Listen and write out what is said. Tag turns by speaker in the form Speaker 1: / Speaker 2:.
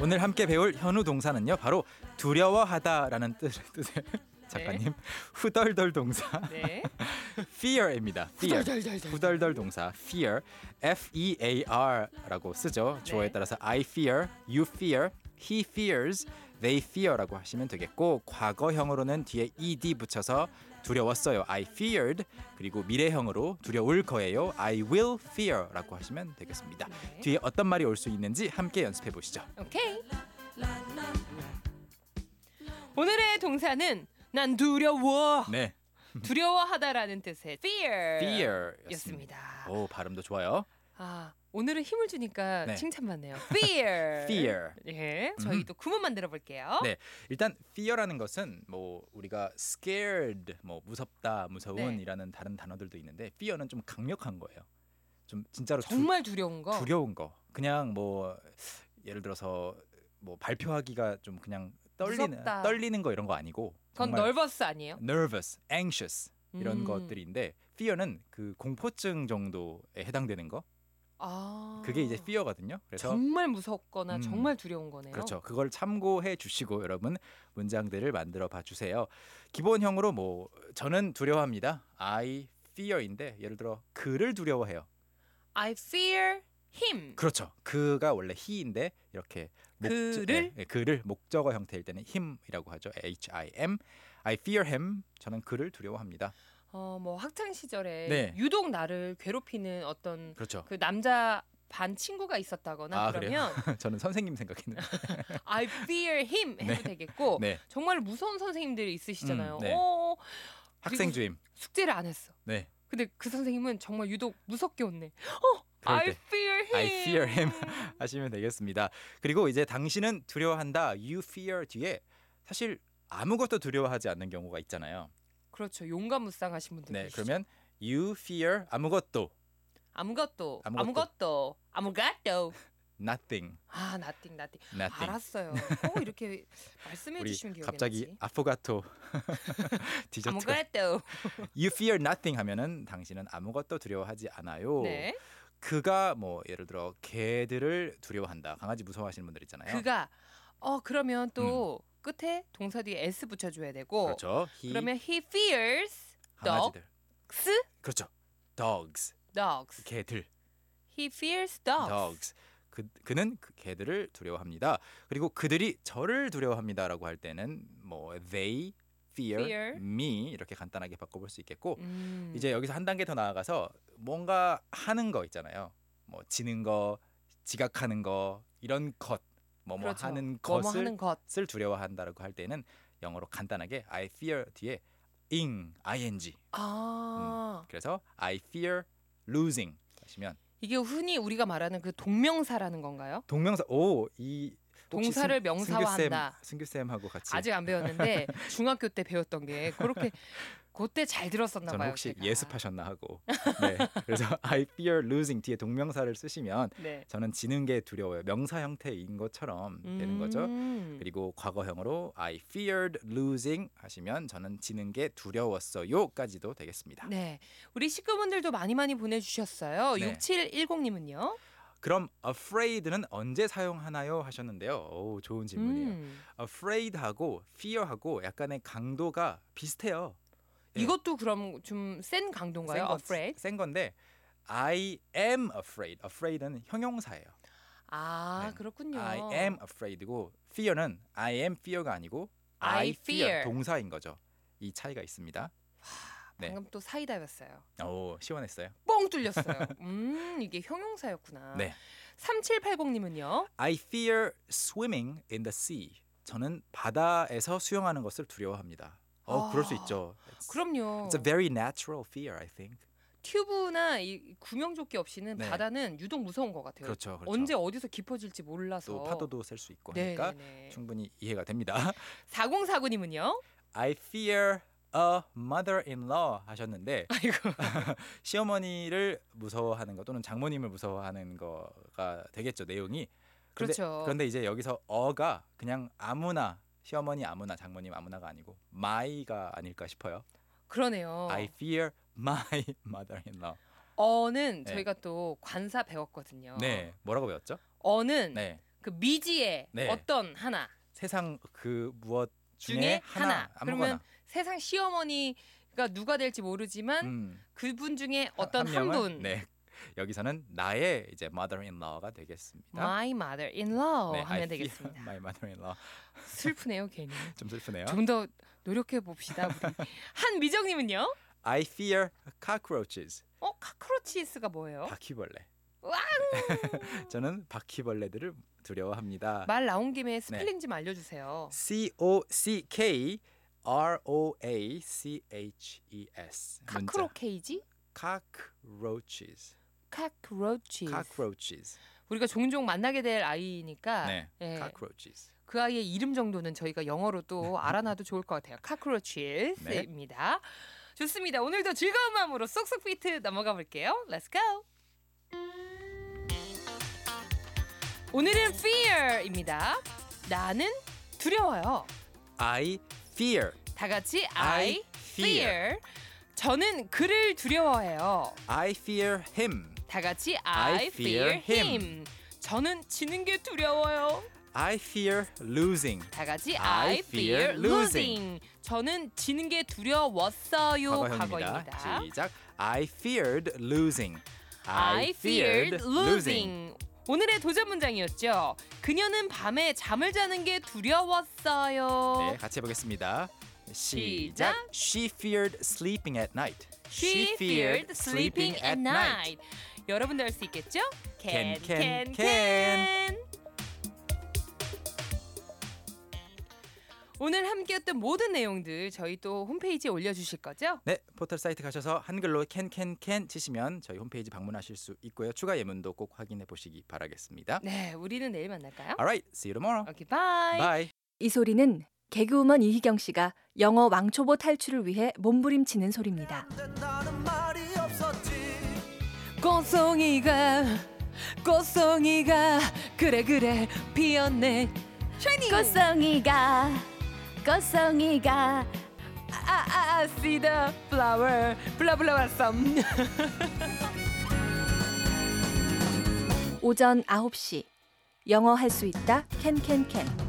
Speaker 1: 오늘 함께 배울 현우 동사는요. 바로 두려워하다라는 뜻, 뜻의 작가님 후덜덜 동사
Speaker 2: 네.
Speaker 1: fear입니다. fear. 후덜덜 동사 fear, f e a r라고 쓰죠. 주어에
Speaker 2: 네.
Speaker 1: 따라서 I fear, you fear, he fears, they fear라고 하시면 되겠고 과거형으로는 뒤에 ed 붙여서 두려웠어요. I feared. 그리고 미래형으로 두려울 거예요. I will fear라고 하시면 되겠습니다.
Speaker 2: 네.
Speaker 1: 뒤에 어떤 말이 올 수 있는지 함께 연습해 보시죠.
Speaker 2: 오케이. 오늘의 동사는 난 두려워
Speaker 1: 네.
Speaker 2: 두려워하다라는 뜻의 fear
Speaker 1: fear였습니다.
Speaker 2: 였습니다.
Speaker 1: 오, 발음도 좋아요.
Speaker 2: 아 오늘은 힘을 주니까
Speaker 1: 네.
Speaker 2: 칭찬받네요. fear.
Speaker 1: fear.
Speaker 2: 예, 저희
Speaker 1: 음.
Speaker 2: 또 구문 만들어 볼게요.
Speaker 1: 네, 일단 fear라는 것은 뭐 우리가 scared, 뭐 무섭다,
Speaker 2: 네.
Speaker 1: 무서운이라는 다른 단어들도 있는데 fear는 좀 강력한 거예요. 좀 진짜로 두-
Speaker 2: 정말 두려운 거.
Speaker 1: 두려운 거. 그냥 뭐 예를 들어서 뭐 발표하기가 좀 그냥 떨리는
Speaker 2: 무섭다.
Speaker 1: 떨리는 거 이런 거 아니고
Speaker 2: 그건
Speaker 1: 정말
Speaker 2: nervous 아니에요?
Speaker 1: nervous, anxious 이런
Speaker 2: 음.
Speaker 1: 것들인데 fear는 그 공포증 정도에 해당되는 거.
Speaker 2: 아.
Speaker 1: 그게 이제 fear거든요. 그래서
Speaker 2: 정말 무섭거나
Speaker 1: 음.
Speaker 2: 정말 두려운 거네요.
Speaker 1: 그렇죠. 그걸 참고해 주시고 여러분 문장들을 만들어 봐 주세요. 기본형으로 뭐 저는 두려워합니다. I fear인데 예를 들어 그를 두려워해요.
Speaker 2: I fear him.
Speaker 1: 그렇죠. 그가 원래 he인데 이렇게
Speaker 2: 그를?
Speaker 1: 예, 예, 그를 목적어 형태일 때는 him이라고 하죠. H I M. I fear him. 저는 그를 두려워합니다.
Speaker 2: 어, 뭐 학창 시절에
Speaker 1: 네.
Speaker 2: 유독 나를 괴롭히는 어떤
Speaker 1: 그렇죠.
Speaker 2: 그 남자 반 친구가 있었다거나
Speaker 1: 아,
Speaker 2: 그러면
Speaker 1: 저는 선생님 생각했는데.
Speaker 2: I fear him 해도
Speaker 1: 네.
Speaker 2: 되겠고
Speaker 1: 네.
Speaker 2: 정말 무서운 선생님들이 있으시잖아요.
Speaker 1: 음, 네.
Speaker 2: 어,
Speaker 1: 학생 주임.
Speaker 2: 숙제를 안 했어.
Speaker 1: 네.
Speaker 2: 근데 그 선생님은 정말 유독 무섭게 웃네.
Speaker 1: 그럴
Speaker 2: I
Speaker 1: 때.
Speaker 2: fear him.
Speaker 1: I fear him. 하시면 되겠습니다. 그리고 이제 당신은 두려워한다. You fear 뒤에 사실 아무것도 두려워하지 않는 경우가 있잖아요.
Speaker 2: 그렇죠. 용감무쌍하신 분들.
Speaker 1: 네,
Speaker 2: 계시죠.
Speaker 1: 그러면 you fear 아무것도
Speaker 2: 아무것도
Speaker 1: 아무것도.
Speaker 2: 아무것도 아무것도
Speaker 1: nothing,
Speaker 2: 아 나띵 나띵
Speaker 1: nothing.
Speaker 2: 알았어요. 꼭 이렇게 말씀해
Speaker 1: 우리
Speaker 2: 주시면 기억이
Speaker 1: 갑자기
Speaker 2: 나지.
Speaker 1: 아포가토 디저트.
Speaker 2: 아무것도
Speaker 1: You fear nothing 하면은 당신은 아무것도 두려워하지 않아요.
Speaker 2: 네
Speaker 1: 그가 뭐 예를 들어 개들을 두려워한다. 강아지 무서워하시는 분들 있잖아요.
Speaker 2: 그가 어 그러면 또 끝에 동사 뒤에 s 붙여줘야 되고
Speaker 1: 음. 그렇죠. He
Speaker 2: 뭐? 그러면 he fears
Speaker 1: 강아지들.
Speaker 2: dogs
Speaker 1: 그렇죠. dogs
Speaker 2: dogs
Speaker 1: 개들.
Speaker 2: he fears dogs,
Speaker 1: dogs. 그 그는 그 개들을 두려워합니다. 그리고 그들이 저를 두려워합니다라고 할 때는 뭐 they fear,
Speaker 2: Fear.
Speaker 1: me 이렇게 간단하게 바꿔볼 수 있겠고
Speaker 2: 음.
Speaker 1: 이제 여기서 한 단계 더 나아가서 뭔가 하는 거 있잖아요. 뭐 지는 거, 지각하는 거 이런 것, 뭐뭐
Speaker 2: 그렇죠.
Speaker 1: 하는
Speaker 2: 뭐뭐
Speaker 1: 것을 음.
Speaker 2: 하는 것
Speaker 1: 을 두려워한다라고 할 때는 영어로 간단하게 I fear 뒤에 ing, ing.
Speaker 2: 아
Speaker 1: 그래서 I fear losing 하시면
Speaker 2: 이게 흔히 우리가 말하는 그 동명사라는 건가요?
Speaker 1: 동명사 오이
Speaker 2: 동사를 명사화한다.
Speaker 1: 승규 쌤하고 같이
Speaker 2: 아직 안 배웠는데 중학교 때 배웠던 게 그렇게 그때 잘 들었었나
Speaker 1: 저는
Speaker 2: 봐요.
Speaker 1: 혹시
Speaker 2: 제가.
Speaker 1: 예습하셨나 하고 네 그래서 I fear losing 뒤에 동명사를 쓰시면
Speaker 2: 네.
Speaker 1: 저는 지는 게 두려워요 명사 형태인 것처럼 되는 거죠.
Speaker 2: 음.
Speaker 1: 그리고 과거형으로 I feared losing 하시면 저는 지는 게 두려웠어요까지도 되겠습니다.
Speaker 2: 네. 우리 식구분들도 많이 많이 보내주셨어요.
Speaker 1: 네.
Speaker 2: 6710님은요.
Speaker 1: 그럼 afraid는 언제 사용하나요 하셨는데요. 오, 좋은 질문이에요.
Speaker 2: 음.
Speaker 1: afraid하고 fear하고 약간의 강도가 비슷해요. 네.
Speaker 2: 이것도 그럼 좀 센 강도인가요?
Speaker 1: 건-
Speaker 2: afraid.
Speaker 1: 센 건데 I am afraid. afraid는 형용사예요.
Speaker 2: 아
Speaker 1: 네.
Speaker 2: 그렇군요.
Speaker 1: I am afraid고 fear는 I am fear가 아니고
Speaker 2: I fear.
Speaker 1: 동사인 거죠. 이 차이가 있습니다. 네.
Speaker 2: 방금 또 사이다였어요.
Speaker 1: 오, 시원했어요.
Speaker 2: 뻥 뚫렸어요. 음 이게 형용사였구나.
Speaker 1: 네.
Speaker 2: 3780님은요.
Speaker 1: I fear swimming in the sea. 저는 바다에서 수영하는 것을 두려워합니다. 어,
Speaker 2: 아,
Speaker 1: 그럴 수 있죠. It's-
Speaker 2: 그럼요.
Speaker 1: It's a very natural fear, I think.
Speaker 2: 튜브나 이 구명조끼 없이는
Speaker 1: 네.
Speaker 2: 바다는 유독 무서운 것 같아요.
Speaker 1: 그렇죠. 그렇죠.
Speaker 2: 예, 언제 어디서 깊어질지 몰라서.
Speaker 1: 또 파도도 셀 수 있고
Speaker 2: 네,
Speaker 1: 하니까
Speaker 2: 네, 네.
Speaker 1: 충분히 이해가 됩니다.
Speaker 2: 4049님은요?
Speaker 1: I fear a mother-in-law 하셨는데
Speaker 2: 아이고.
Speaker 1: 시어머니를 무서워하는 거 또는 장모님을 무서워하는 거가 되겠죠 내용이. 그런데,
Speaker 2: 그렇죠.
Speaker 1: 그런데 이제 여기서 어가 그냥 아무나 시어머니 아무나 장모님 아무나가 아니고 my가 아닐까 싶어요.
Speaker 2: 그러네요.
Speaker 1: I fear my mother-in-law.
Speaker 2: 어는
Speaker 1: 네.
Speaker 2: 저희가 또 관사 배웠거든요.
Speaker 1: 네, 뭐라고 배웠죠?
Speaker 2: 어는
Speaker 1: 네,
Speaker 2: 그 미지의
Speaker 1: 네.
Speaker 2: 어떤 하나
Speaker 1: 세상 그 무엇 중에,
Speaker 2: 중에
Speaker 1: 하나,
Speaker 2: 하나.
Speaker 1: 아무거나.
Speaker 2: 그러면 세상 시어머니가 누가 될지 모르지만
Speaker 1: 음.
Speaker 2: 그분 중에 어떤
Speaker 1: 한
Speaker 2: 한,
Speaker 1: 명은?
Speaker 2: 분
Speaker 1: 네. 여기서는 나의 이제 mother-in-law가 되겠습니다.
Speaker 2: my mother in law
Speaker 1: 네, I
Speaker 2: 어, 하면
Speaker 1: feel
Speaker 2: 되겠습니다.
Speaker 1: My mother-in-law.
Speaker 2: 슬프네요 괜히.
Speaker 1: 좀 슬프네요.
Speaker 2: 좀 더 노력해 봅시다. 우리. 한미정님은요?
Speaker 1: I fear cockroaches.
Speaker 2: 어 카크로치스가 뭐예요?
Speaker 1: 바퀴벌레.
Speaker 2: 와우.
Speaker 1: 저는 바퀴벌레들을 두려워합니다.
Speaker 2: 말 나온 김에 스펠링 좀 알려주세요.
Speaker 1: C O C K R O A C H E S.
Speaker 2: 카크로 케이지?
Speaker 1: cockroaches.
Speaker 2: 카크로치.
Speaker 1: cockroaches.
Speaker 2: 우리가 종종 만나게 될 아이니까
Speaker 1: 네.
Speaker 2: 예,
Speaker 1: cockroaches.
Speaker 2: 그 아이의 이름 정도는 저희가 영어로 또 알아놔도 좋을 것 같아요. 카크로치스입니다. 좋습니다. 오늘도 즐거운 마음으로 쏙쏙 비트 넘어가 볼게요. Let's go. 오늘은 fear입니다. 나는 두려워요.
Speaker 1: I fear.
Speaker 2: 다 같이 I, fear. 저는 그를 두려워해요.
Speaker 1: I fear him.
Speaker 2: 다 같이
Speaker 1: I
Speaker 2: I,
Speaker 1: fear
Speaker 2: fear,
Speaker 1: him.
Speaker 2: him. 저는 지는 게 두려워요.
Speaker 1: I fear losing.
Speaker 2: 다 같이
Speaker 1: I
Speaker 2: I,
Speaker 1: fear
Speaker 2: fear
Speaker 1: losing.
Speaker 2: losing. 저는 지는 게 두려웠어요.
Speaker 1: 과거형입니다.
Speaker 2: 과거입니다.
Speaker 1: 시작. I feared losing.
Speaker 2: I feared losing. 오늘의 도전 문장이었죠. 그녀는 밤에 잠을 자는 게 두려웠어요.
Speaker 1: 네, 같이 해보겠습니다. 시작.
Speaker 2: 시작.
Speaker 1: She feared sleeping at night.
Speaker 2: She feared sleeping at night. 여러분도 할 수 있겠죠?
Speaker 1: Can,
Speaker 2: Can
Speaker 1: can, can.
Speaker 2: can can. 오늘 함께했던 모든 내용들 저희 또 홈페이지에 올려주실 거죠?
Speaker 1: 네, 포털 사이트 가셔서 한글로 캔캔캔 치시면 저희 홈페이지 방문하실 수 있고요. 추가 예문도 꼭 확인해 보시기 바라겠습니다.
Speaker 2: 네, 우리는 내일 만날까요?
Speaker 1: Alright, see you tomorrow.
Speaker 2: 오케이, 바이.
Speaker 1: Bye.
Speaker 3: 이 소리는 개그우먼 이희경 씨가 영어 왕초보 탈출을 위해 몸부림치는 소리입니다.
Speaker 2: 꽃송이가 꽃송이가 그래 그래 피었네. 샤이니.
Speaker 3: 꽃송이가 꽃송이가
Speaker 2: 아아 아, see the flower, blah blah blah some.
Speaker 3: 오전 9시 영어 할 수 있다 캔캔캔